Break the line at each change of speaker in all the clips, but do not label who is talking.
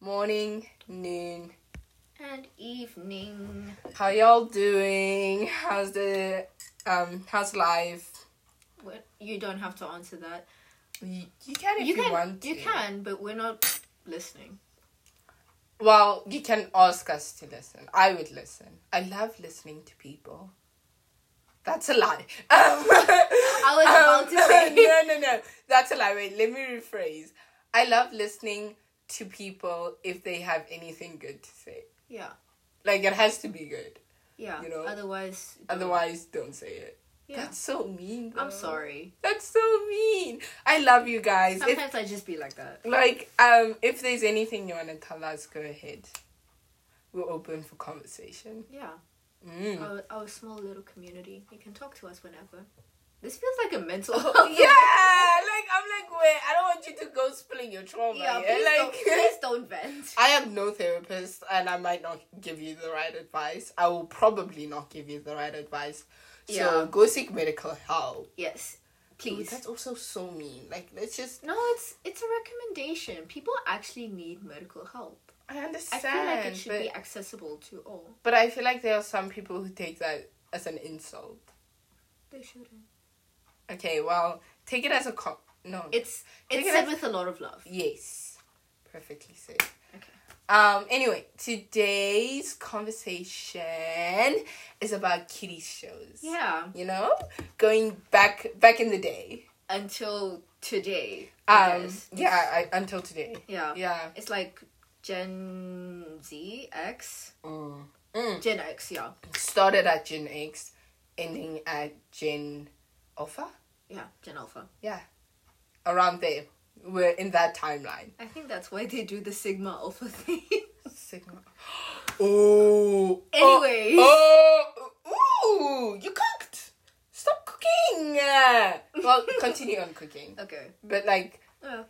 morning, noon.
And evening.
How y'all doing? How's the um? How's life?
What you don't have to answer that.
You, you can if you,
you can
want.
you
to.
can, but we're not listening.
Well, you can ask us to listen. I would listen. I love listening to people. That's a lie. Um, I
was about to say-
No, no, no. That's a lie. Wait, let me rephrase. I love listening to people if they have anything good to say.
Yeah.
Like, it has to be good.
Yeah.
You know?
Otherwise
Otherwise, don't say it.
yeah.
That's so mean.
I'm
though.
sorry.
That's so mean. I love you guys. If,
Sometimes I just be like that.
like, um, if there's anything you want to tell us, go ahead. We're open for conversation.
Yeah.
Mm.
Our, our small little community. You can talk to us whenever. This feels like a mental
Oh, yeah, like I'm like, wait, I don't want you to go spilling your trauma.
Yeah,
Yeah,
please, don't,
Oh like
please don't vent.
I am no therapist, and I might not give you the right advice. I will probably not give you the right advice. So
Yeah.
go seek medical help.
Yes.
Dude,
Please.
that's also so mean. Like, let's just.
No, it's it's a recommendation. People actually need medical help.
I
I
understand,
feel like it should
but
be accessible to all.
but I feel like there are some people who take that as an insult.
They shouldn't.
Okay, well, take it as a cop. No,
It's
Take
it's
it
said
as-
with a lot of love.
Yes. Perfectly said.
Okay.
Um, anyway, today's conversation is about kiddie shows.
Yeah.
You know? Going back back in the day.
Until today. I
Um
guess.
yeah, I, until today.
Yeah.
Yeah.
It's like Gen Z X.
Mm. Mm.
Gen X, yeah.
Started at Gen X, ending at Gen Alpha?
Yeah, Gen Alpha.
Around there. We're in that timeline.
I think that's why they do the Sigma Alpha thing.
Sigma. Oh.
Anyways.
Oh. oh, Ooh. You cooked. Stop cooking. Well, continue on cooking.
okay.
But like,
Uh,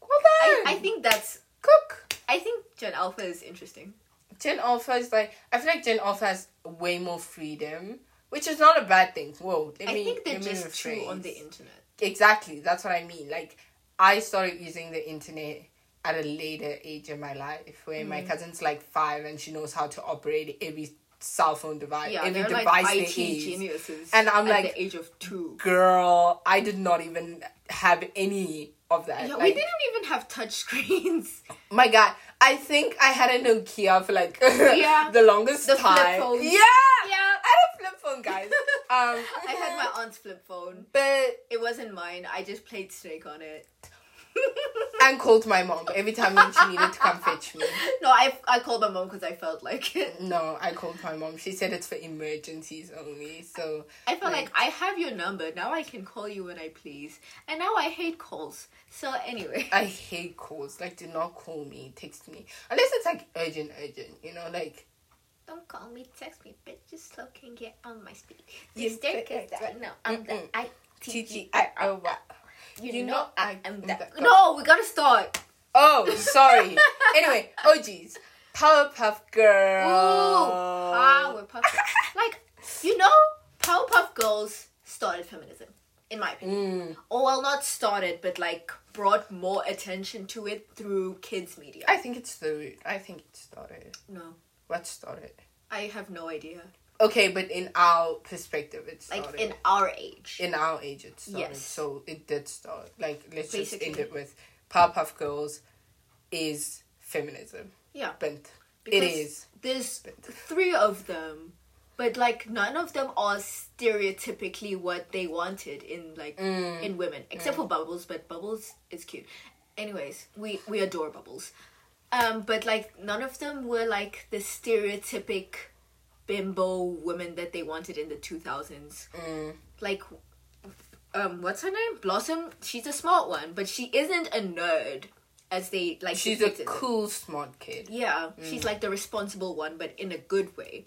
well
I, I
done.
think that's
cook.
I think Gen Alpha is interesting.
Gen Alpha is like, I feel like Gen Alpha has way more freedom, which is not a bad thing. Whoa. Let
I
me,
think they're
let me
just too on
rephrase.
the internet.
Exactly. That's what I mean. Like, I started using the internet at a later age in my life where my
Mm.
cousin's like five and she knows how to operate every cell phone device,
Yeah,
every
they're
device
like
there
IT
is.
geniuses.
And I'm
at
like-
the age of two.
Girl, I did not even have any of that.
Yeah, we
Like,
didn't even have touch screens.
My God, I think I had a Nokia for like
Yeah.
the longest
The flip
time.
phone.
Yeah,
Yeah.
I had a flip phone, guys. um,
I had my aunt's flip phone.
but
It wasn't mine. I just played Snake on it.
and called my mom every time when she needed to come fetch me.
No, I, I called my mom because I felt like it.
No, I called my mom. She said it's for emergencies only. So
I felt like I have your number. Now I can call you when I please. And now I hate calls. So anyway.
I hate calls. Like, do not call me, text me, unless it's like urgent, urgent. You know, like
Don't call me, text me, bitch. Just so can get on my speed.
You
These stickers
stickers
that I know I'm the
Mm-mm.
I
T
T
G I O Y.
You,
You
know,
know
I
I
am
am
that.
that
No, we gotta start.
Oh, sorry. anyway, oh geez, Powerpuff
Ooh,
Girl. Oh.
Powerpuff. like you know, Powerpuff Girls started feminism, in my opinion.
Mm.
Or well, not started, but like brought more attention to it through kids media.
I think it's the root. I think it started.
no,
What started?
I have no idea.
Okay, but in our perspective, it
Like
started.
in our age.
in our age it started.
Yes.
So it did start. Like let's
Basically.
just end it with Powerpuff Girls is feminism.
Yeah.
Bent.
Because
it is.
There's three of them, but like none of them are stereotypically what they wanted in like
Mm.
in women, except for Bubbles. But Bubbles is cute. Anyways, we we adore Bubbles, um, but like none of them were like the stereotypic bimbo women that they wanted in the two thousands.
Mm.
Like. Um, what's her name? Blossom. She's a smart one, but she isn't a nerd, as they like.
She's a
depicted them.
cool smart kid.
Yeah, she's like the responsible one, but in a good way.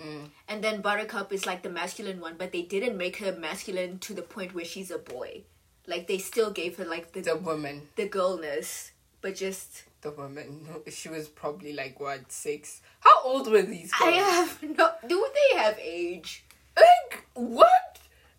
And then Buttercup is like the masculine one, but they didn't make her masculine to the point where she's a boy. Like they still gave her like the
The
the,
woman.
girlness, but just
The woman. She was probably like what, six? How old were these
I
girls?
have no. Do they have age?
like what?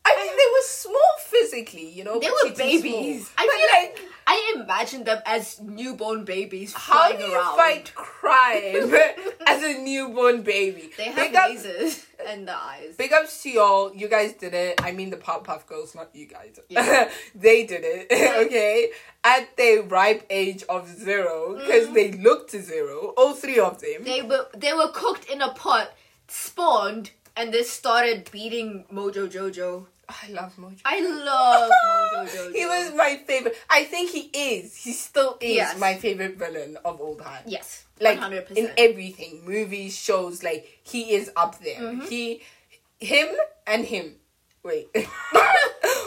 I mean they were small physically, you know.
They
but
were
she did small.
babies. I
but
feel like,
like,
I imagine them as newborn babies
How
flying
do you
around.
fight crime as a newborn baby?
They have
big, up,
lasers and the eyes.
big ups to y'all. You guys did it. I mean, the Powerpuff Girls, not you guys.
Yeah.
they did it, okay? At the ripe age of zero, because they looked to zero, all three of them.
Mm. They were they were cooked in a pot, spawned, and they started beating Mojo Jojo.
I love Mojo.
I love Mojo Jojo.
He was my favorite. I think he is. He still is
Yes.
my favorite villain of all time.
yes,
like
one hundred
in
percent.
everything movies shows like he is up there
Mm-hmm.
he him and him wait wait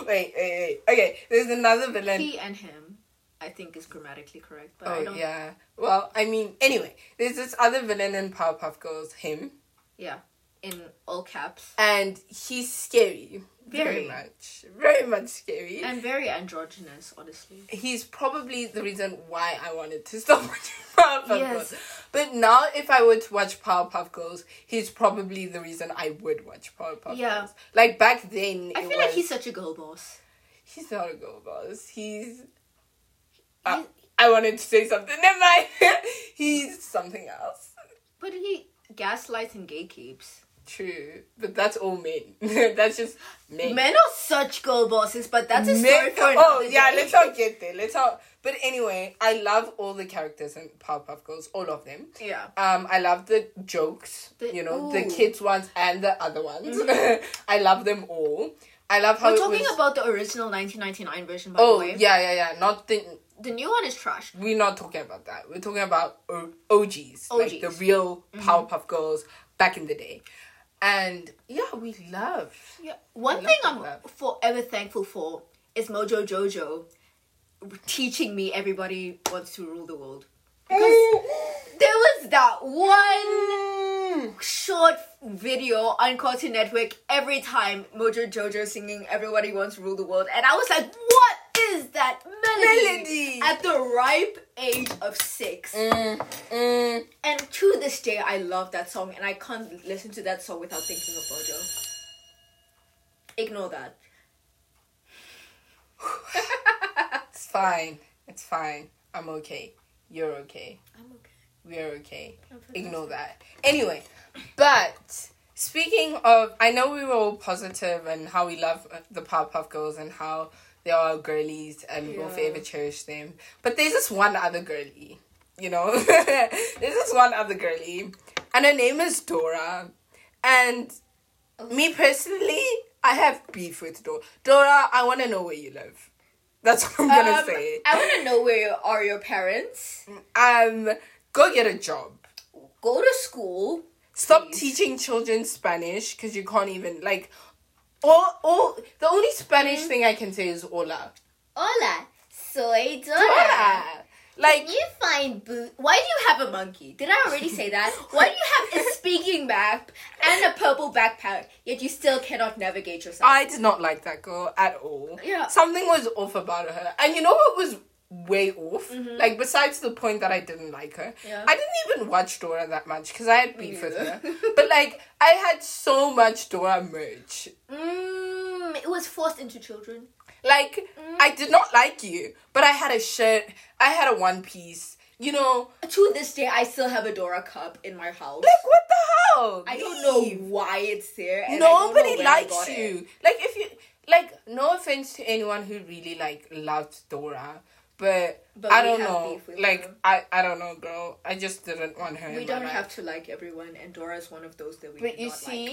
wait wait okay there's another villain
He and him, I think, is grammatically correct, but I
oh
don't.
yeah well i mean anyway there's this other villain in powerpuff girls him
yeah, in all caps
and he's scary
Very.
very, much very much scary
and very androgynous. Honestly,
he's probably the reason why I wanted to stop watching Powerpuff
Yes.
Girls. But now, if I were to watch Powerpuff Girls, he's probably the reason I would watch Powerpuff
Yeah.
Girls. Like back then,
I
it
feel like
was-
he's such a girl boss.
he's not a girl boss. He's.
He's,
Uh, I wanted to say something. Never mind. he's something else.
but he gaslights and gatekeeps.
True, but that's all men. that's just men.
Men are such girl bosses, but that's a story
Men-
for another
oh yeah,
day.
let's not get there. Let's not. But anyway, I love all the characters in Powerpuff Girls, all of them.
Yeah.
Um, I love the jokes,
The-
you know, the
ooh. Mm-hmm.
kids ones and the other ones. I love them all. I love how
We're
it
talking
was-
about the original 1999 version, by
Oh
the way.
yeah, yeah, yeah. Not the
The new one is trash.
we're not talking about that. We're talking about O- OGs, like
OGs.
the real
Mm-hmm.
Powerpuff Girls back in the day. And yeah, we love.
Yeah. One
Love
thing
to
I'm
love.
forever thankful for is Mojo Jojo teaching me everybody wants to rule the world. Because there was that one short video on Cartoon Network every time Mojo Jojo singing Everybody Wants to Rule the World, and I was like, what is that melody?
Melody.
At the ripe age of six.
Mm, mm.
And to this day, I love that song, and I can't listen to that song without thinking of Mojo. Ignore that.
It's fine. It's fine. I'm okay. You're okay.
I'm okay.
We're okay.
I'm fine.
Ignore that. Anyway, but speaking of, I know we were all positive and how we love uh, the Powerpuff Girls and how they are our girlies and we'll
Yeah.
forever cherish them. But there's this one other girlie, you know? there's this one other girlie, and her name is Dora. And
Oh.
me personally, I have beef with Dora. Dora, I want to know where you live. That's what I'm gonna
Um,
say.
I want to know where you- are your parents.
Um, go get a job.
Go to school.
Stop
Please.
teaching children Spanish because you can't even like. All, all the only Spanish
Mm.
thing I can say is hola.
Hola, soy
Hola. Like
You find boo. Why do you have a monkey? Did I already say that? Why do you have a speaking map and a purple backpack, yet you still cannot navigate yourself?
I did not like that girl at all.
Yeah.
something was off about her, and you know what was way off? Like besides the point that I didn't like her,
Mm-hmm. Yeah.
I didn't even watch Dora that much because I had beef with her.
neither.
but like I had so much Dora merch.
Mm, it was forced into children.
Like
Mm.
I did not like you, but I had a shirt. I had a one piece. You know,
To this day, I still have a Dora cup in my house.
Like what the hell?
I don't know
Leave.
why it's there. And I don't know
Nobody
when I
likes
got it.
you. Like if you like, no offense to anyone who really like loves Dora, but,
But
I
we
don't
have
know.
beef with
Like
her.
I, I don't know, girl. I just didn't want her.
We
in my
don't
life.
have to like everyone, and Dora is one of those that we.
But
do
you
not
see,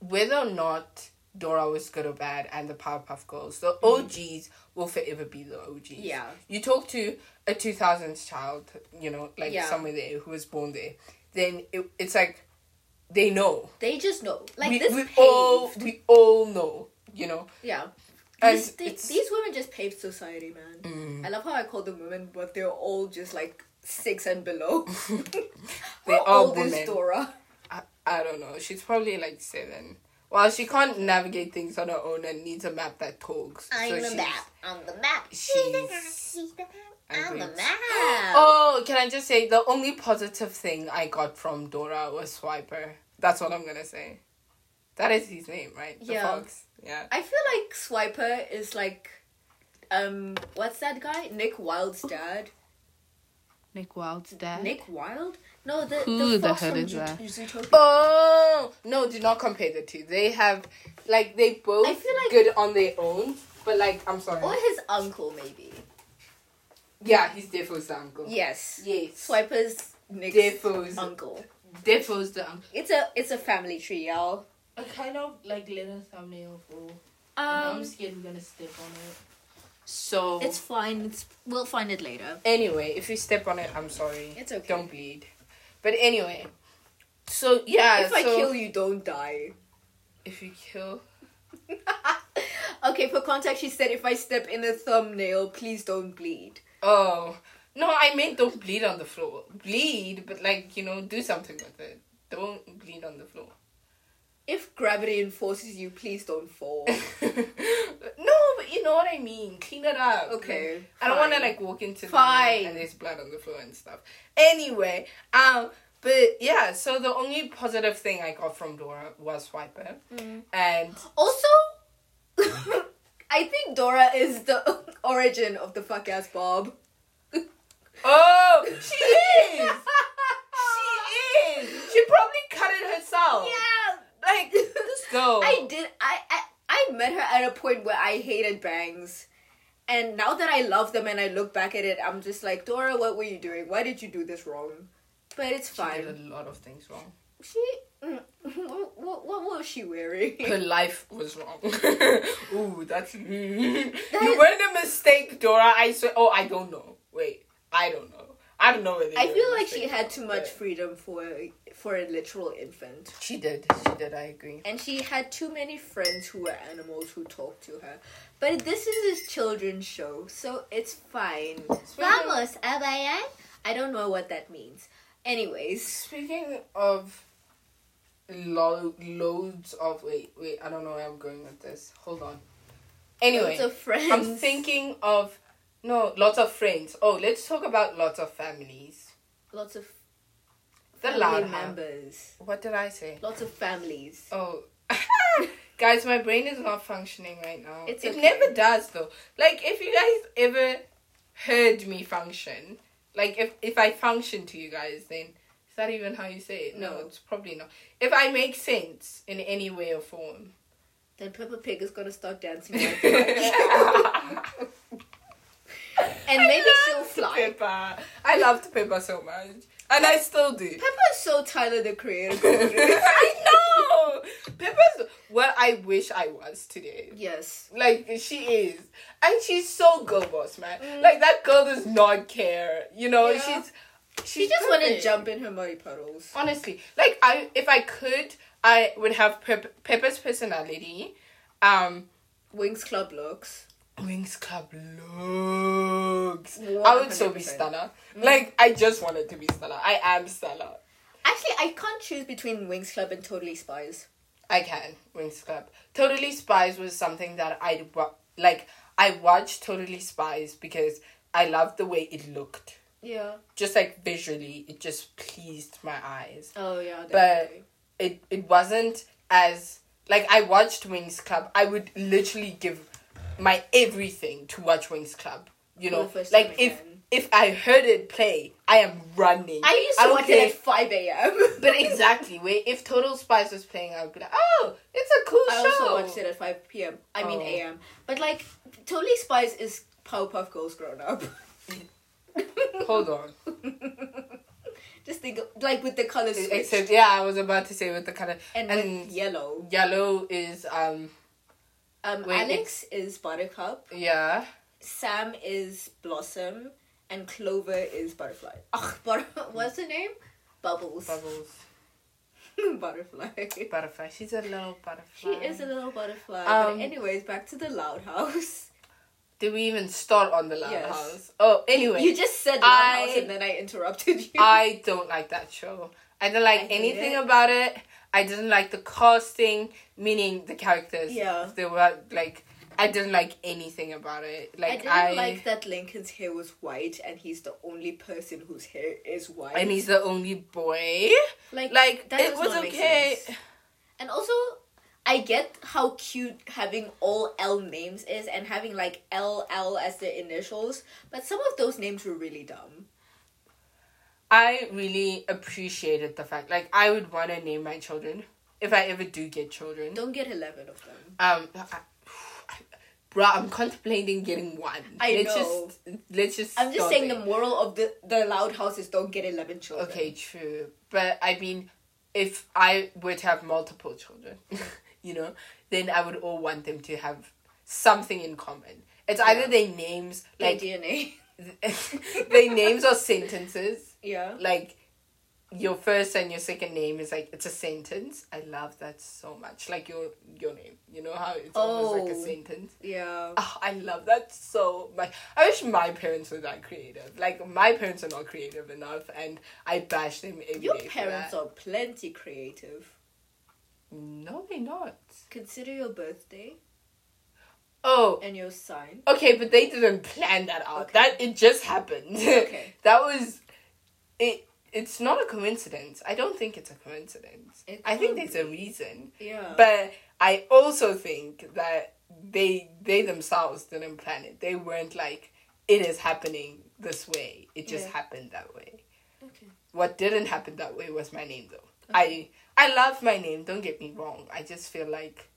like.
whether or not Dora was good or bad, and the Powerpuff Girls, the OGs will forever be the OGs.
Mm. Yeah.
You talk to a 2000s child, you know, like
Yeah.
somewhere there who was born there, then it, it's like they know.
they just know. Like
we,
this
we
paved.
all we all know, you know.
yeah.
And
These, thi-
it's- Mm.
these women just paved society, man. I love how I call them women, but they're all just like six and below.
They
How
are
old
women.
is Dora?
I, I don't know. She's probably like seven. Well, she can't navigate things on her own and needs a map that talks. so she's-
I'm the map.
she's-
She's the map.
I'm
I'm the
great.
map.
Oh, can I just say the only positive thing I got from Dora was Swiper. That's what I'm gonna say. That is his name, right? The
Yeah.
fox. Yeah.
I feel like Swiper is like um, what's that guy? Nick Wilde's dad.
Nick Wilde's dad.
Nick Wilde? No, the
Who
the,
the
fox
hell
from
is
Zoot-
that?
Zootopia.
Oh no! Do not compare the two. They have, like, they both
I feel like- Oh.
good on their own. But like, I'm sorry.
Or his uncle, maybe.
Yeah, he's Defoe's the uncle.
Yes.
Yes.
Swiper's Nick's
Defoe's
uncle.
Defoe's the uncle.
It's a it's a family tree, y'all.
I kind of like let a thumbnail fall.
Um,
scared we're gonna step on it. So
it's fine. It's we'll find it later.
Anyway, if you step on it, I'm sorry.
It's okay.
Don't bleed. But anyway, so yeah.
if I
so-
kill you, don't die.
if you kill,
Okay, for context, she said if I step in a thumbnail, please don't bleed.
oh no, I meant don't bleed on the floor. Bleed, but like you know, do something with it. Don't bleed on the floor.
If gravity enforces you, please don't fall.
no, but you know what I mean. Clean it up.
Okay,
I don't want to
fine.
like walk into the room
Fine.
and there's blood on the floor and stuff. Anyway, um, but yeah. So the only positive thing I got from Dora was Swiper,
Mm.
and
Also, I think Dora is the origin of the fuck ass Bob.
oh, she is. She is. She probably cut it herself.
Yeah.
Like this girl.
I did. I, I I met her at a point where I hated bangs, and now that I love them and I look back at it, I'm just like Dora, what were you doing? Why did you do this wrong? But it's
She
fine.
did a lot of things wrong.
She. mm, What, what, what was she wearing?
Her life was wrong. Ooh, that's mm. you weren't a mistake, Dora. I swear. Oh, I don't know. Wait, I don't know. I don't know whether.
I
you were
feel
a
like she
mistake or
had
not,
too much
but-
freedom for for a literal infant.
She did. She did. I agree.
and she had too many friends who were animals who talked to her. But this is a children's show, so it's fine. Vamos, a bailar? I don't know what that means. Anyways,
Speaking of lo- loads of wait, wait. I don't know where I'm going with this. Hold on. Anyway,
lots of friends.
I'm thinking of no lots of friends. Oh, let's talk about lots of families.
lots of
The
family
loud house.
members,
What did I say?
lots of families.
Oh, guys, my brain is not functioning right now.
It's
it
okay.
never does though. Like if you guys ever heard me function, like if if I function to you guys, then is that even how you say it? No,
No.
it's probably not. If I make sense in any way or form.
Then Peppa Pig is gonna start dancing like and
I
maybe she'll
loved
fly.
Peppa. I loved Peppa so much, and I still do.
Peppa is so Tyler the Creator.
I know Peppa's what I wish I was today.
yes.
Like she is, and she's so girl boss, man. Like that girl does not care. You know,
Mm. Yeah.
she's she's
She just want to
perfect.
jump in her muddy puddles.
Honestly, like I, if I could, I would have Pep- Pepper's personality, um,
Wings Club looks.
Wings Club looks. I would so be
100%.
Stella. Like I just wanted to be Stella. I am Stella.
Actually, I can't choose between Wings Club and Totally Spies.
I can Wings Club. Totally Spies was something that I wa- like. I watched Totally Spies because I loved the way it looked.
Yeah.
just like visually it just pleased my eyes
Oh yeah.
but it it wasn't as like i watched wings club i would literally give my everything to watch wings club you
For the
know
first
like
time
if
again.
if i heard it play i am running
I used to
don't
watch
care.
it at five a.m.
but exactly wait if total spies was playing i would be like oh it's a cool
I
show
also watched it at five p.m. I mean
Oh.
a.m. But like, Totally Spies is Powerpuff Girls grown up.
hold on
Just think, of- like with the colors
except yeah i was about to say with the color
and,
and,
with yellow.
yellow is um
Um,
wait,
Alex is Buttercup.
yeah
Sam is Blossom, and Clover is Butterfly. Ugh, but what's her name? Bubbles.
bubbles
butterfly.
butterfly she's a little
She
butterfly
is a little butterfly.
Um,
but anyways, back to the loud house.
Did we even start on the Loud
Yes.
House? Oh, anyway,
You just said loud
I-
house and then I interrupted you.
I don't like that show. I didn't like
I hate
anything
it.
about it. I didn't like the casting, meaning the characters.
Yeah.
they were like. I didn't like anything about it.
I
Like
didn't
I,
like that Lincoln's hair was white and he's the only person whose hair is white.
and he's the only boy.
like,
Like
that
it
does
was
not make
okay.
sense. And also, I get how cute having all L names is and having like LL as their initials, but some of those names were really dumb.
I really appreciated the fact, like, I would want to name my children if I ever do get children.
Don't get 11 of them.
Um, I, I- bruh, I'm contemplating getting one.
I
let's
know.
Just, let's just.
I'm just
stop
saying
it.
the moral of the, the loud house is don't get 11 children.
Okay, true. But I mean, if I were to have multiple children, you know, then I would all want them to have something in common. It's either
Yeah.
their names,
Their
like
DNA.
their names or sentences.
Yeah.
Like your first and your second name is like it's a sentence. I love that so much. Like your your name, you know how it's almost like a
Oh.
sentence.
Yeah.
Oh, I love that so much. I wish my parents were that creative. Like my parents are not creative enough, and I bash them every day.
Your
for
parents
that.
are plenty creative.
No, they're not.
Consider your birthday
Oh,
and your sign.
okay, but they didn't plan that out.
Okay.
That it just happened.
Okay.
that was it. It's not a coincidence. I don't think it's a coincidence.
It
I think
can't
there's a
be.
reason.
Yeah.
But I also think that they they themselves didn't plan it. They weren't like it is happening this way. It just
Yeah.
happened that way.
okay.
What didn't happen that way was my name though. I I love my name, don't get me wrong. I just feel like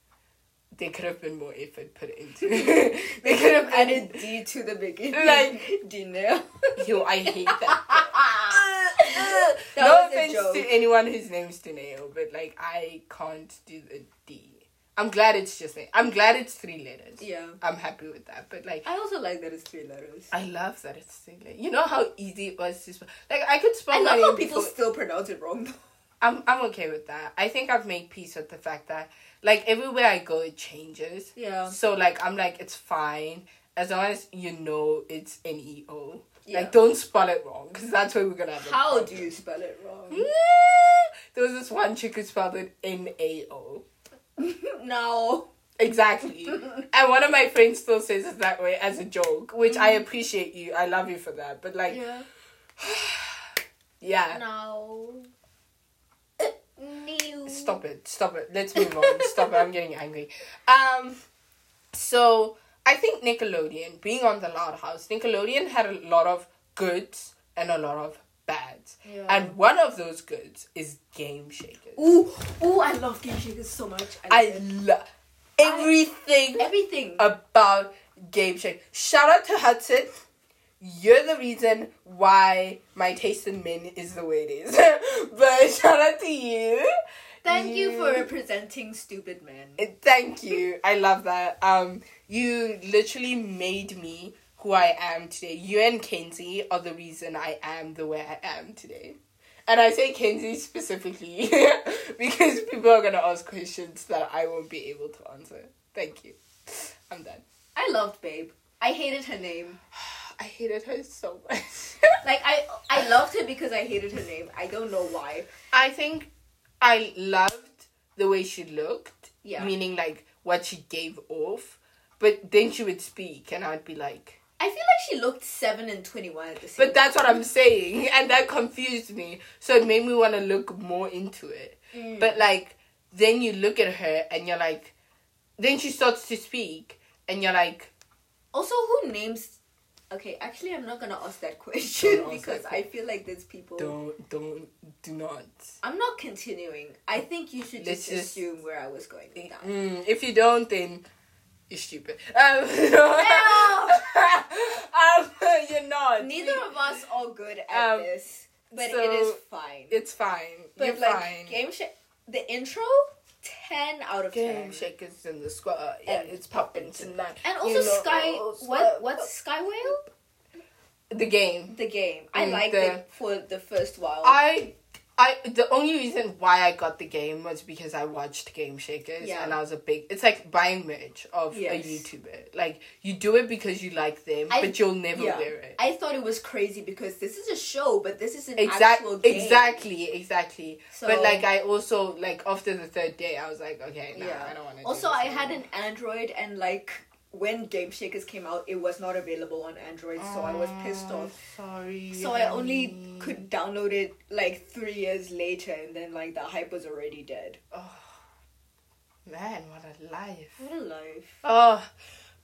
there could have been more effort put into it. they could have
added
added
D to the beginning.
Like-
Dina.
Yo, I hate that.
Ah. that
no
was a
offense
joke.
to anyone whose name's Dineo, but like I can't do the D. I'm glad it's just i I'm glad it's three letters.
Yeah.
I'm happy with that. But like
I also like that it's three letters.
I love that it's three letters. You know how easy it was to spell. Like I could spell
I
my
love
name
how people
before-
still pronounce it wrong.
I'm I'm okay with that. I think I've made peace with the fact that like everywhere I go it changes.
Yeah.
So like I'm like it's fine as long as you know it's N E O.
Yeah.
Like don't spell it wrong because that's where we're gonna have. a
How do
problem.
you spell it wrong?
Yeah. Mm. There was this one chick who spelled it N A O.
Hmm? no.
Exactly. and one of my friends still says it that way as a joke, which I
Mm.
appreciate you. I love you for that. But like, yeah.
Uh, No. New.
Stop it. Stop it. Let's move on. Stop it. I'm getting angry. Um so I think Nickelodeon, being on the Loud House, Nickelodeon had a lot of goods and a lot of bads.
Yeah.
And one of those goods is Game Shakers.
Ooh, ooh, I love Game Shakers so much. I, love
I
it.
love everything
everything.
about Game Shake. Shout out to Hudson. You're the reason why my taste in men is the way it is. but shout out to you.
Thank you for representing Stupid Man.
Uh, Thank you. I love that. Um, you literally made me who I am today. You and Kenzie are the reason I am the way I am today. And I say Kenzie specifically because people are gonna ask questions that I won't be able to answer. Thank you. I'm done.
I loved Babe. I hated her name.
I hated her so much.
Like I, I loved her because I hated her name. I don't know why.
I think I loved the way she looked.
Yeah.
Meaning like what she gave off. But then she would speak and I'd be like
I feel like she looked seven and twenty-one at the same.
But that's what I'm saying, and that confused me. So it made me want to look more into it.
Mm.
But like, then you look at her and you're like, then she starts to speak, and you're like,
Also, who names? Okay, actually, I'm not gonna ask that question
Don't ask
because
that
I feel like there's people.
don't, don't, do not.
I'm not continuing. I think you should
Let's
just,
just-
assume where I was going with that.
Mm, if you don't, then you're stupid. Um, um, you're not.
Neither of us are good at
Um,
this, but
so-
it is fine.
It's fine.
but
you're
like
fine.
game shake, the intro, ten out of ten.
Game shakers in the squad. Yeah,
And
it's popping tonight.
And
You
also
know,
Sky,
oh,
what
squad.
what's Sky Whale?
the game?
The game. I
Mm,
liked
the-
it for the first while.
I I the only reason why I got the game was because I watched Game Shakers
Yeah.
and I was a big it's like buying merch of
Yes.
a YouTuber. Like you do it because you like them,
I-
but you'll never
yeah.
wear it.
I thought it was crazy because this is a show, but this is an actual
Exactly,
game.
exactly, exactly. but
So-
like, I also like after the third day, I was like, okay, nah, I don't want to.
Also, I had an Android, and like when Game Shakers came out, it was not available on Android, so I was pissed off.
Sorry.
Mm,
So I only could download it like three years later, and then like the hype was already dead.
Man, what a life.
What a life.
Oh,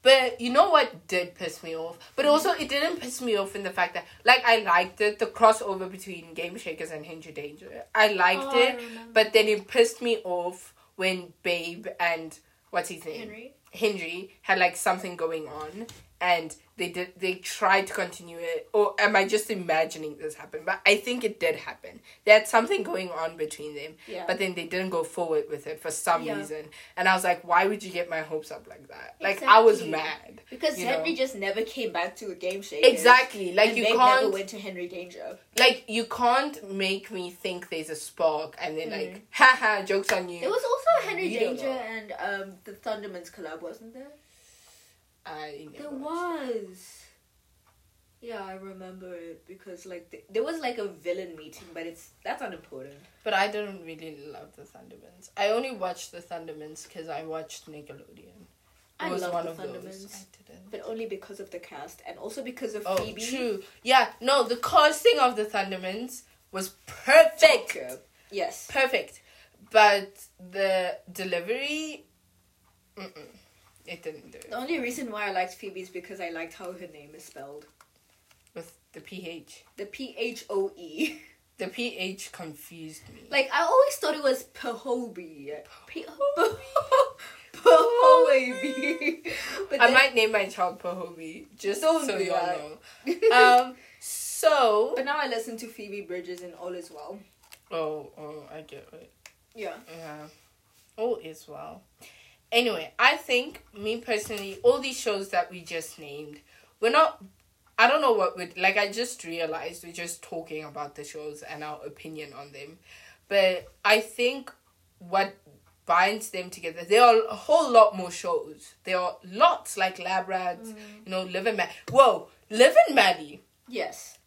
but you know what did piss me off? But also, it didn't piss me off in the fact that, like, I liked it, the crossover between Game Shakers and Hinge Danger. I liked
Oh, I
it,
remember.
but then it pissed me off when Babe and, what's his name?
Henry?
Henry had, like, something going on, and they did, they tried to continue it. Or am I just imagining this happened? But I think it did happen. They had something going on between them,
Yeah.
but then they didn't go forward with it for some
Yeah.
reason. And I was like, why would you get my hopes up like that? Like I was
Exactly.
mad.
Because
you
Henry
know?
just never came back to a game shape.
Exactly. Like
and
you
they never
can't
went to Henry Danger.
like you can't make me think there's a spark and then like haha jokes on you.
There Mm. was also a Henry
You don't
Danger and um the Thundermans collab, wasn't there?
I never
There
watched.
was. Yeah, I remember it because like th- there was like a villain meeting, but it's that's unimportant.
But I didn't really love the Thundermans. I only watched the Thundermans because I watched Nickelodeon. It
I
was
love
one
the
of those.
Thundermans.
I didn't.
But only because of the cast and also because of
Oh,
Phoebe.
true. Yeah, no, the casting of the Thundermans was perfect.
Tokyo. Yes.
perfect. But the delivery, mm-mm, it didn't do it
The only reason why I liked Phoebe is because I liked how her name is spelled.
with the ph.
The P H O E.
The ph confused me.
Like I always thought it was Pahobie. P- Pahobie. E. But
E? I
then-
might name my child Pahobi just
Don't
so
do
y'all
that.
know. Um, so
But now I listen to Phoebe Bridges and all as well.
oh oh, I get it.
Yeah.
Yeah. All is well. Anyway, I think me personally, all these shows that we just named, we're not. I don't know what we like. I just realized we're just talking about the shows and our opinion on them, but I think what binds them together. There are a whole lot more shows. There are lots like Lab Rats, you know, Live and Maddie. Whoa, Live and Maddie.
Yes.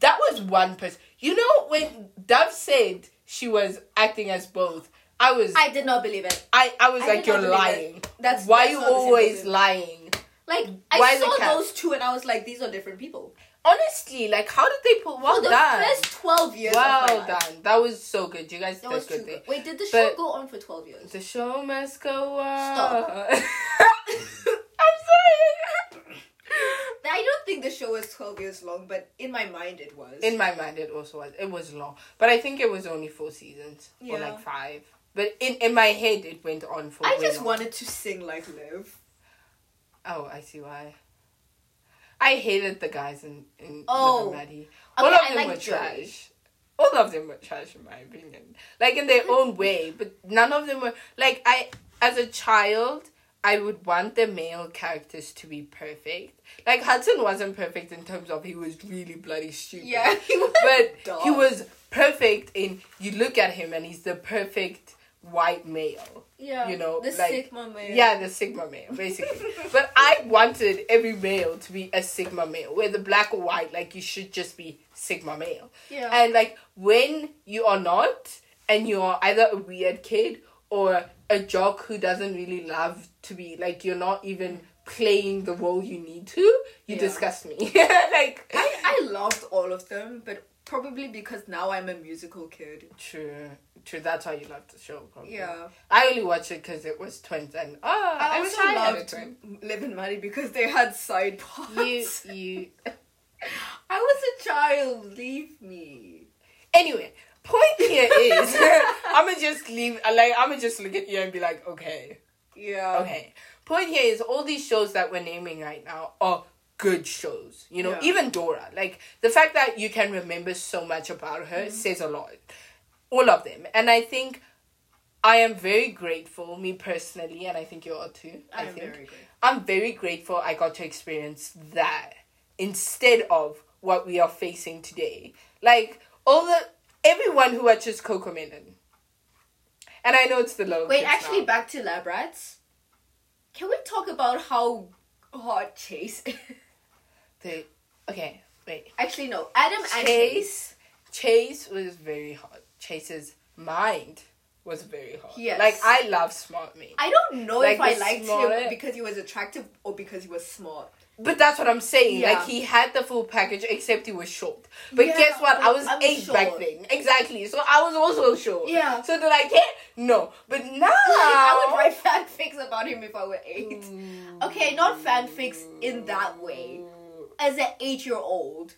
That was one person. You know when Dove said she was acting as both. I was
I did not believe it.
I, I was
I
like,
did
you're
not believe it.
lying.
That's
Why
that's
you
not the same
always
person.
lying?
like
Why
I
the
saw
cat?
those two and I was like, these are different people.
Honestly, like, how did they put? Well
For the
done.
first twelve years. of my
well
life,
done. That was so good. You guys
That
did
was
good
too
thing.
good. Wait, did the show
But-
go on for twelve years?
The show must go on.
Stop.
I'm sorry.
I don't think the show was twelve years long, but in my mind it was.
In my mind, it also was. It was long, but I think it was only four seasons or
Yeah.
like five. But in in my head, it went on for.
I
way
just
long.
wanted to sing like Liv.
Oh, I see why. I hated the guys in in
Oh.
Live and Maddie. All
Okay,
of
I
them
like
were
Joey.
trash. All of them were trash in my opinion. Like in their own way, but none of them were like I as a child I would want the male characters to be perfect. Like Hudson wasn't perfect in terms of he was really bloody stupid.
Yeah, he was
But he
dumb.
was perfect in you look at him and he's the perfect white male.
Yeah,
You know,
the
like-
Sigma man.
Yeah, the Sigma male, basically. but I wanted every male to be a Sigma male, whether black or white, like you should just be Sigma male.
Yeah.
And like when you are not, and you are either a weird kid or a jock who doesn't really love to be, like you're not even playing the role you need to, you
Yeah.
disgust me. like,
I I loved all of them, but probably because now I'm a musical kid.
true. True, that's why you love the show, probably.
Yeah.
I only watched it because it was twins, and oh, I,
I
wish
also
I had a
loved
twin.
Liv and Maddie because they had side parts.
You, you,
I was a child. Leave me.
Anyway, point here is I'ma just leave uh, like I'ma just look at you and be like, okay.
Yeah.
Okay. Point here is all these shows that we're naming right now are good shows. You know,
Yeah.
even Dora. Like the fact that you can remember so much about her
Mm-hmm.
says a lot. All of them. And I think I am very grateful, me personally, and I think you are too. I
I'm
think.
very grateful.
I'm very grateful I got to experience that instead of what we are facing today. Like all the everyone who watches Coco Melon. And I know it's the low.
Wait,
kids
actually,
now.
back to lab rats. Can we talk about how hot Chase? is?
the okay, wait.
actually, no. Adam and Chase.
Chase Chase was very hot. Chase's mind was very hot.
Yes.
Like I love smart me.
I don't know
Like
if I
the
liked
small-
him because he was attractive or because he was smart.
But that's what I'm saying.
Yeah.
Like he had the full package, except he was short. But
Yeah,
guess what? I
but
was
I'm
eight back
short.
then. Exactly. So I was also short.
Yeah.
So they're like, yeah, no. But now
Like, I would write fanfics about him if I were eight. Okay, not fanfics in that way. As an eight-year-old.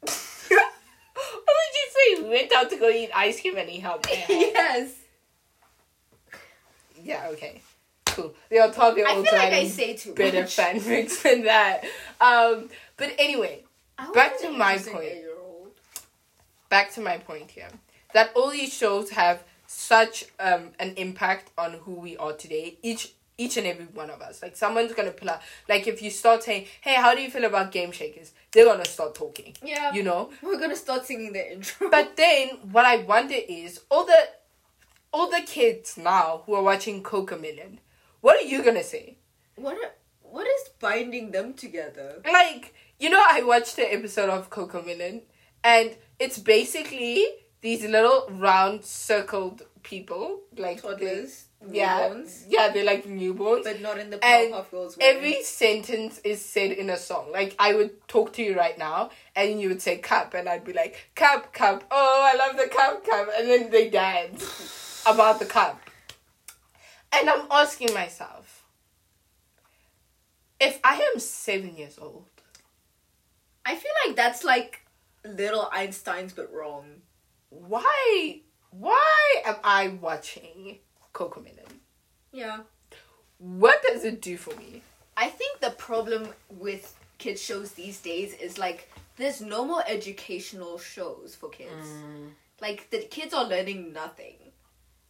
what did you say? We went out to go eat ice cream and he helped me.
yes.
yeah. Okay. Cool. Your twelve year
I feel
olds
like I
writing
say too
better
much.
fanfics than that. Um. But anyway,
I
Back
was
to
an
my
interesting
point.
eight-year-old.
back to my point here that all these shows have such um an impact on who we are today each each and every one of us like someone's gonna pull up like if you start saying hey how do you feel about game shakers they're gonna start talking
Yeah.
you know
We're gonna start singing the intro.
but then what i wonder is all the all the kids now who are watching coca Melon, what are you gonna say
what are, what is binding them together?
like you know i watched the episode of coco melon and it's basically these little round circled people like they-
Toddlers,
yeah
newborns,
yeah they're like newborns
but not in the
And
Powerpuff Girls way.
every sentence is said in a song like i would talk to you right now and you would say cup and i'd be like cup cup oh i love the cup cup and then they dance about the cup and i'm asking myself if i am seven years old
I feel like that's like little Einstein's but wrong.
why why am I watching Coco Melon?
Yeah.
What does it do for me?
I think the problem with kids shows these days is like there's no more educational shows for kids.
Mm.
Like the kids are learning nothing.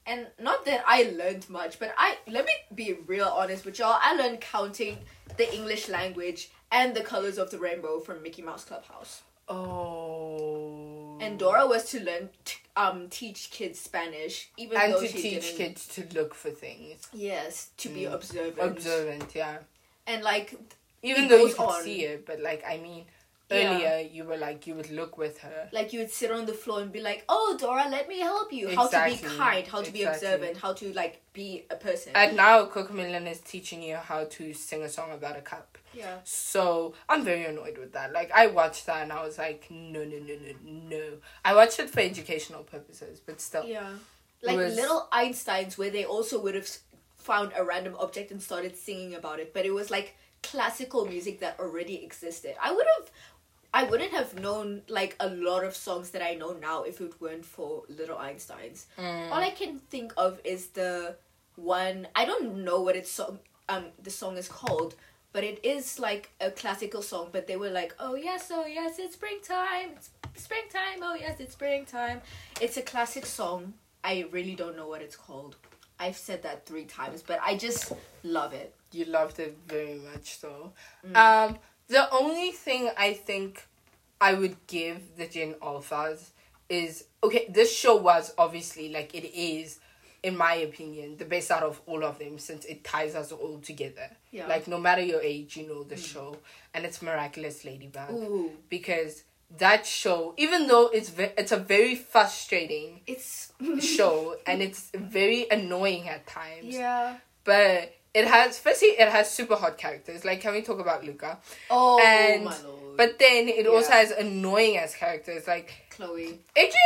And not that I learned much, but I let me be real honest with y'all. I learned counting, the English language, and the colors of the rainbow from Mickey Mouse Clubhouse.
Oh.
And Dora was to learn, t- um, teach kids Spanish, even
and
though
to
she
teach
didn't.
kids Mm. to look for things.
Yes, to be observant.
Observant, yeah.
And like
Even
It
though you
goes
could
on.
see it, but like I mean
Yeah.
earlier you were like you would look with her.
like you would sit on the floor and be like, "Oh, Dora, let me help you. How to
Exactly.
be kind, how to be
Exactly.
observant, how to like be a person."
And now Coco Melon is teaching you how to sing a song about a cup.
yeah.
So I'm very annoyed with that. Like I watched that and I was like, no, no, no, no, no. I watched it for educational purposes, but still.
Yeah. Like
was-
little Einsteins where they also would have s- found a random object and started singing about it, but it was like classical music that already existed. I would have I wouldn't have known like a lot of songs that I know now if it weren't for Little Einsteins.
Mm.
All I can think of is the one I don't know what it's song um the song is called, but it is like a classical song. But they were like, oh yes, oh yes, it's springtime, it's springtime, oh yes, it's springtime. It's a classic song. I really don't know what it's called. I've said that three times, but I just love it.
you loved it very much so
Mm.
um the only thing i think i would give the gen alphas is okay this show was obviously like it is in my opinion the best out of all of them since it ties us all together
Yeah. Mm.
like no matter your age you know the show and it's miraculous ladybug
Ooh.
because that show even though it's ve- it's a very frustrating
It's
show and it's very annoying at times
yeah.
but it has firstly it has super hot characters. Like can we talk about Luca?
Oh
and
my lord.
but then it also
Yeah.
has annoying ass characters. Like
Chloe.
Adrian,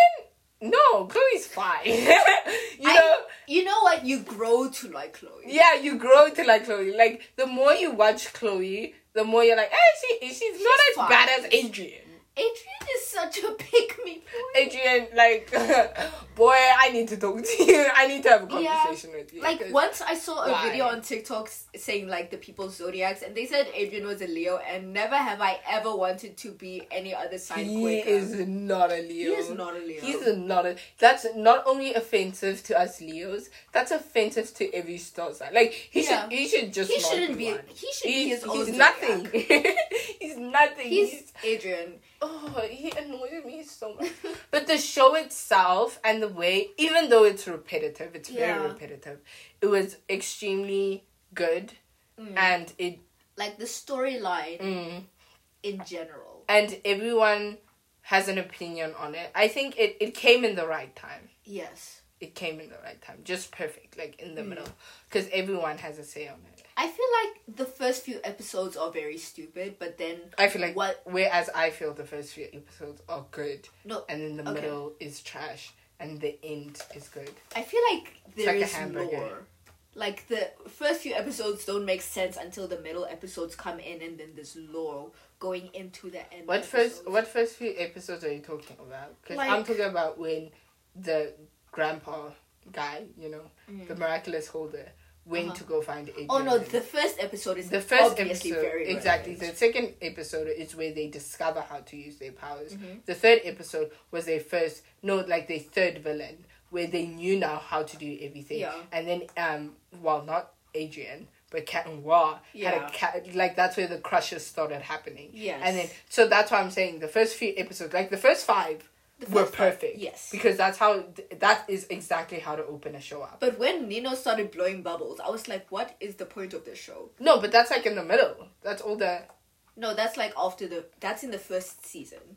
no, Chloe's fine. you
I-
know,
you know what? You grow to like Chloe.
yeah, you grow to like Chloe. Like the more you watch Chloe, the more you're like, eh, she she's, not as
She's fine.
bad as Adrian.
Adrian is such a pick me.
Adrian, like, boy, I need to talk to you. I need to have a conversation with you.
Like
'cause-
once I saw a
Why?
video on TikTok s- saying like the people's zodiacs, and they said Adrian was a Leo, and never have I ever wanted to be any other sign.
He
quicker.
is not a Leo.
He is not a Leo.
He's a not a. That's not only offensive to us Leos. That's offensive to every star sign. Like he
Yeah.
should. He should just.
He
not
shouldn't
be.
be-
one.
he should be his own
He's
zodiac.
nothing. he's nothing. He's,
He's Adrian.
oh, he annoys me so much. but the show itself and the way, even though it's repetitive, it's
Yeah.
very repetitive. It was extremely good,
Mm.
and it
Like the storyline
mm,
in general.
and everyone has an opinion on it. I think it, it came in the right time.
Yes.
it came in the right time, just perfect, like in the
Hmm.
middle, because everyone has a say on it.
I feel like the first few episodes are very stupid, but then
I feel like
What-
whereas I feel the first few episodes are good,
no,
and then the
Okay.
middle is trash, and the end is good.
I feel like there
like a
is
hamburger.
lore. Like the first few episodes don't make sense until the middle episodes come in, and then there's lore going into the end.
What first?
episodes.
What first few episodes are you talking about? Because I'm
Like-
talking about when the grandpa guy, you know, the miraculous holder, went
Hmm. Uh-huh.
to go find Adrian.
Oh no,
and-
the first episode is
the first
obviously
episode
very
exactly.
relevant.
The second episode is where they discover how to use their powers.
Mm-hmm.
The third episode was their first no, like their third villain, where they knew now how to do everything.
Yeah.
And then um, well, not Adrian. But Cat and Wah had
Yeah.
a cat, like that's where the crushes started happening.
Yes.
And then, so that's why I'm saying the first few episodes, like the first five,
The
were
first five,
perfect.
yes.
Because that's how, that is exactly how to open a show up.
But when Nino started blowing bubbles, I was like, "What is the point of this show?"
no, but that's like in the middle. That's all the,
No, that's like after the that's in the first season.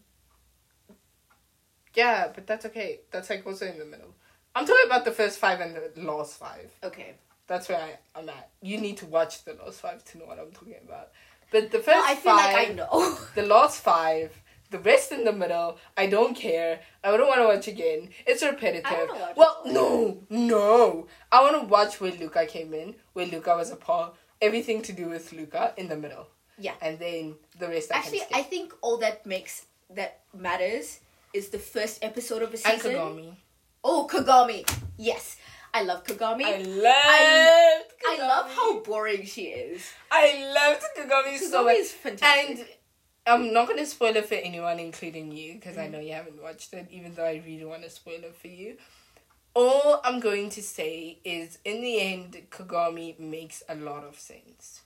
Yeah, but that's okay. That's like also in the middle. I'm talking about the first five and the last five.
Okay,
That's where I, I'm at. You need to watch the last five to know what I'm talking about. But the first
no, I feel
five,
like I know.
the last five, the rest in the middle, I don't care. I don't want to watch again. It's repetitive.
I wanna watch
well,
it.
no, no. I want to watch where Luca came in, where Luca was a Paul. Everything to do with Luca in the middle,
yeah,
and then the rest.
actually,
I can
I
skip.
think all that makes that matters is the first episode of a
and
season.
Kagami.
Oh, Kagami. Yes, I love Kagami.
I
I,
loved.
I love
Kagami.
how boring she is.
I loved Kagami so
Kagami
much.
is fantastic.
And I'm not going to spoil it for anyone, including you, because
Mm.
I know you haven't watched it, even though I really want to spoil it for you. All I'm going to say is, in the end, Kagami makes a lot of sense.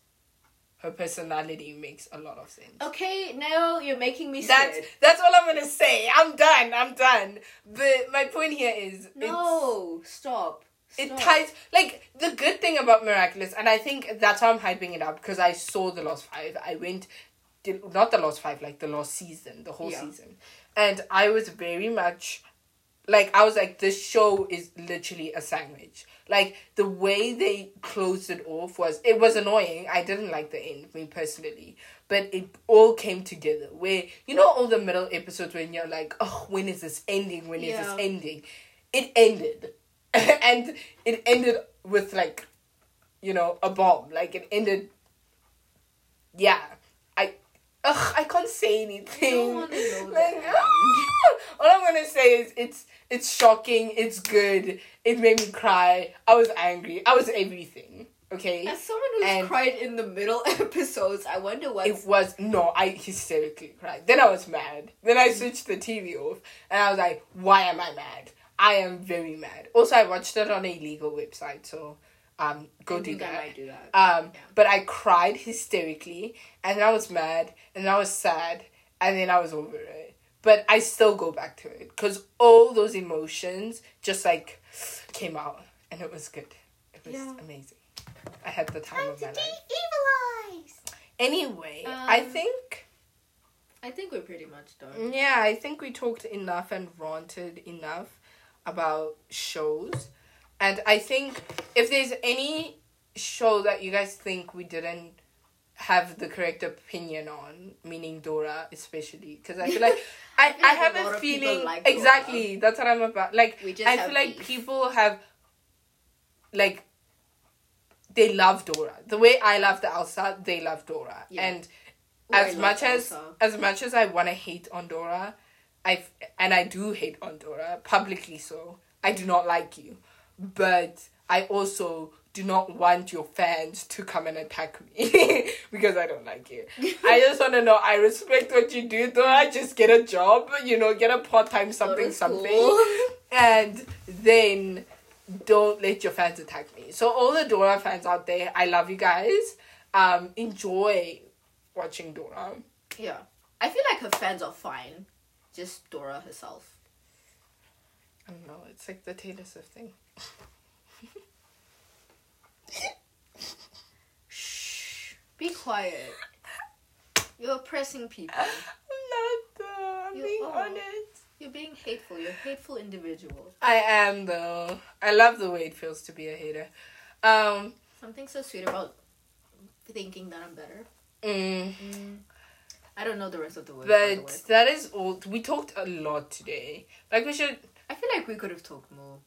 Her personality makes a lot of sense.
okay, now you're making me
That's,
scared.
that's all I'm going to say. I'm done. I'm done. But my point here is. it's-
No, stop.
it
stop.
ties like the good thing about miraculous and i think that's how i'm hyping it up because i saw the lost five i went did, not the lost five like the lost season the whole
Yeah.
season and i was very much like i was like this show is literally a sandwich like the way they closed it off was it was annoying i didn't like the end me personally but it all came together where you know all the middle episodes when you're like oh when is this ending when is
Yeah.
this ending it ended and it ended with like you know a bomb like it ended yeah i ugh, i can't say anything
wanna know
Like,
that.
all i'm gonna say is it's it's shocking it's good it made me cry i was angry i was everything okay
As someone who's
And-
cried in the middle episodes, I wonder what.
it was no, I hysterically cried. Then I was mad. Then I switched the TV off and I was like, why am I mad? I am very mad. Also, I watched it on a legal website, so um, go
I
do
think I
that.
might do that.
Um,
Yeah.
but I cried hysterically, and I was mad, and I was sad, and then I was over it. But I still go back to it because all those emotions just like came out, and it was good. It was
Yeah.
amazing. I had the time of my life.
evil eyes.
Anyway, I
Um,
think
I think we're pretty much done.
Yeah, I think we talked enough and ranted enough about shows. And I think if there's any show that you guys think we didn't have the correct opinion on, meaning Dora especially, because I feel like I,
feel
I
like
have
a lot
a
of people
feeling
like Dora.
exactly that's what I'm about. Like
We just
I
have
feel like
beef.
people have like they love Dora the way I love the Elsa, they love Dora,
Yeah.
and
Ooh, I
as
love
much as
Elsa.
as much as I want to hate on Dora, I and I do hate on Dora publicly. So I do not like you, but I also do not want your fans to come and attack me because I don't like you. I just want to know. I respect what you do, Dora. Just get a job, you know, get a part time something
Dora's cool.
something, and then don't let your fans attack me. So all the Dora fans out there, I love you guys. Um, enjoy watching Dora.
Yeah. I feel like her fans are fine. Just Dora herself.
I don't know. It's like the Taylor Swift thing.
Shh. Be quiet. You're oppressing people.
I'm not though. I'm
You
being
are.
honest.
You're being hateful. You're a hateful individual.
I am though. I love the way it feels to be a hater. Um,
Something so sweet about thinking that I'm better.
mm,
I don't know the rest of the words. by the
but
way.
that is all. We talked a lot today. Like we should.
I feel like we could have talked more.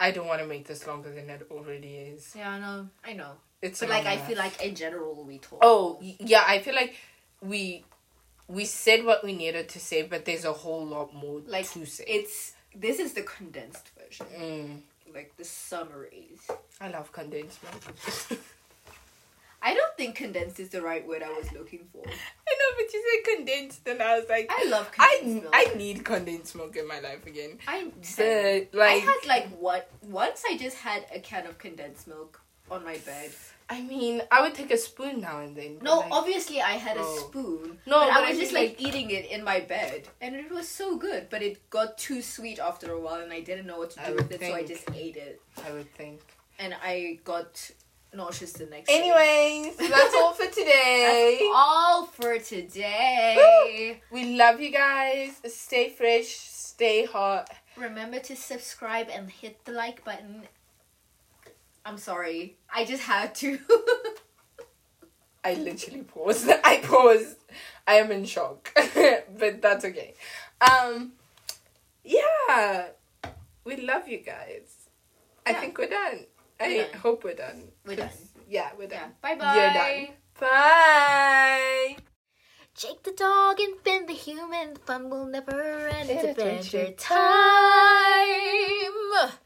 I don't want to make this longer than it already is.
Yeah, I know. I know.
It's
But like,
long
I
enough.
feel like in general we talk.
Oh y- yeah, I feel like we we said what we needed to say, but there's a whole lot more
like
to say.
it's this is the condensed version,
Mm.
like the summaries.
I love condensed milk.
I don't think condensed is the right word I was looking for.
I know, but you said condensed, and I was like,
I love
I
condensed milk.
I need condensed milk in my life again.
I
So
I
like,
had like what once I just had a can of condensed milk on my bed.
I mean, I would take a spoon now and then. but
No,
like,
obviously I had
Oh.
a spoon. No,
No,
but,
but
I
I
was just
mean,
like, eating it in my bed, and it was so good. But it got too sweet after a while, and I didn't know what to
I
do
would
with it, so I
think.
just ate it,
I would think.
and I got nauseous the next. day.
Anyways, that's all for today.
That's all for today.
We love you guys. Stay fresh. Stay hot.
Remember to subscribe and hit the like button. I'm sorry, I just had to.
I literally paused. I paused. I am in shock, but that's okay. Um, yeah, we love you guys. I
Yeah.
think we're done. I
We're done.
hope we're done.
We're done.
Yeah, we're
Yeah.
done.
Bye bye.
You're done. Bye.
Jake the dog and Finn the human, the fun will never end. It's adventure
Adventure
time.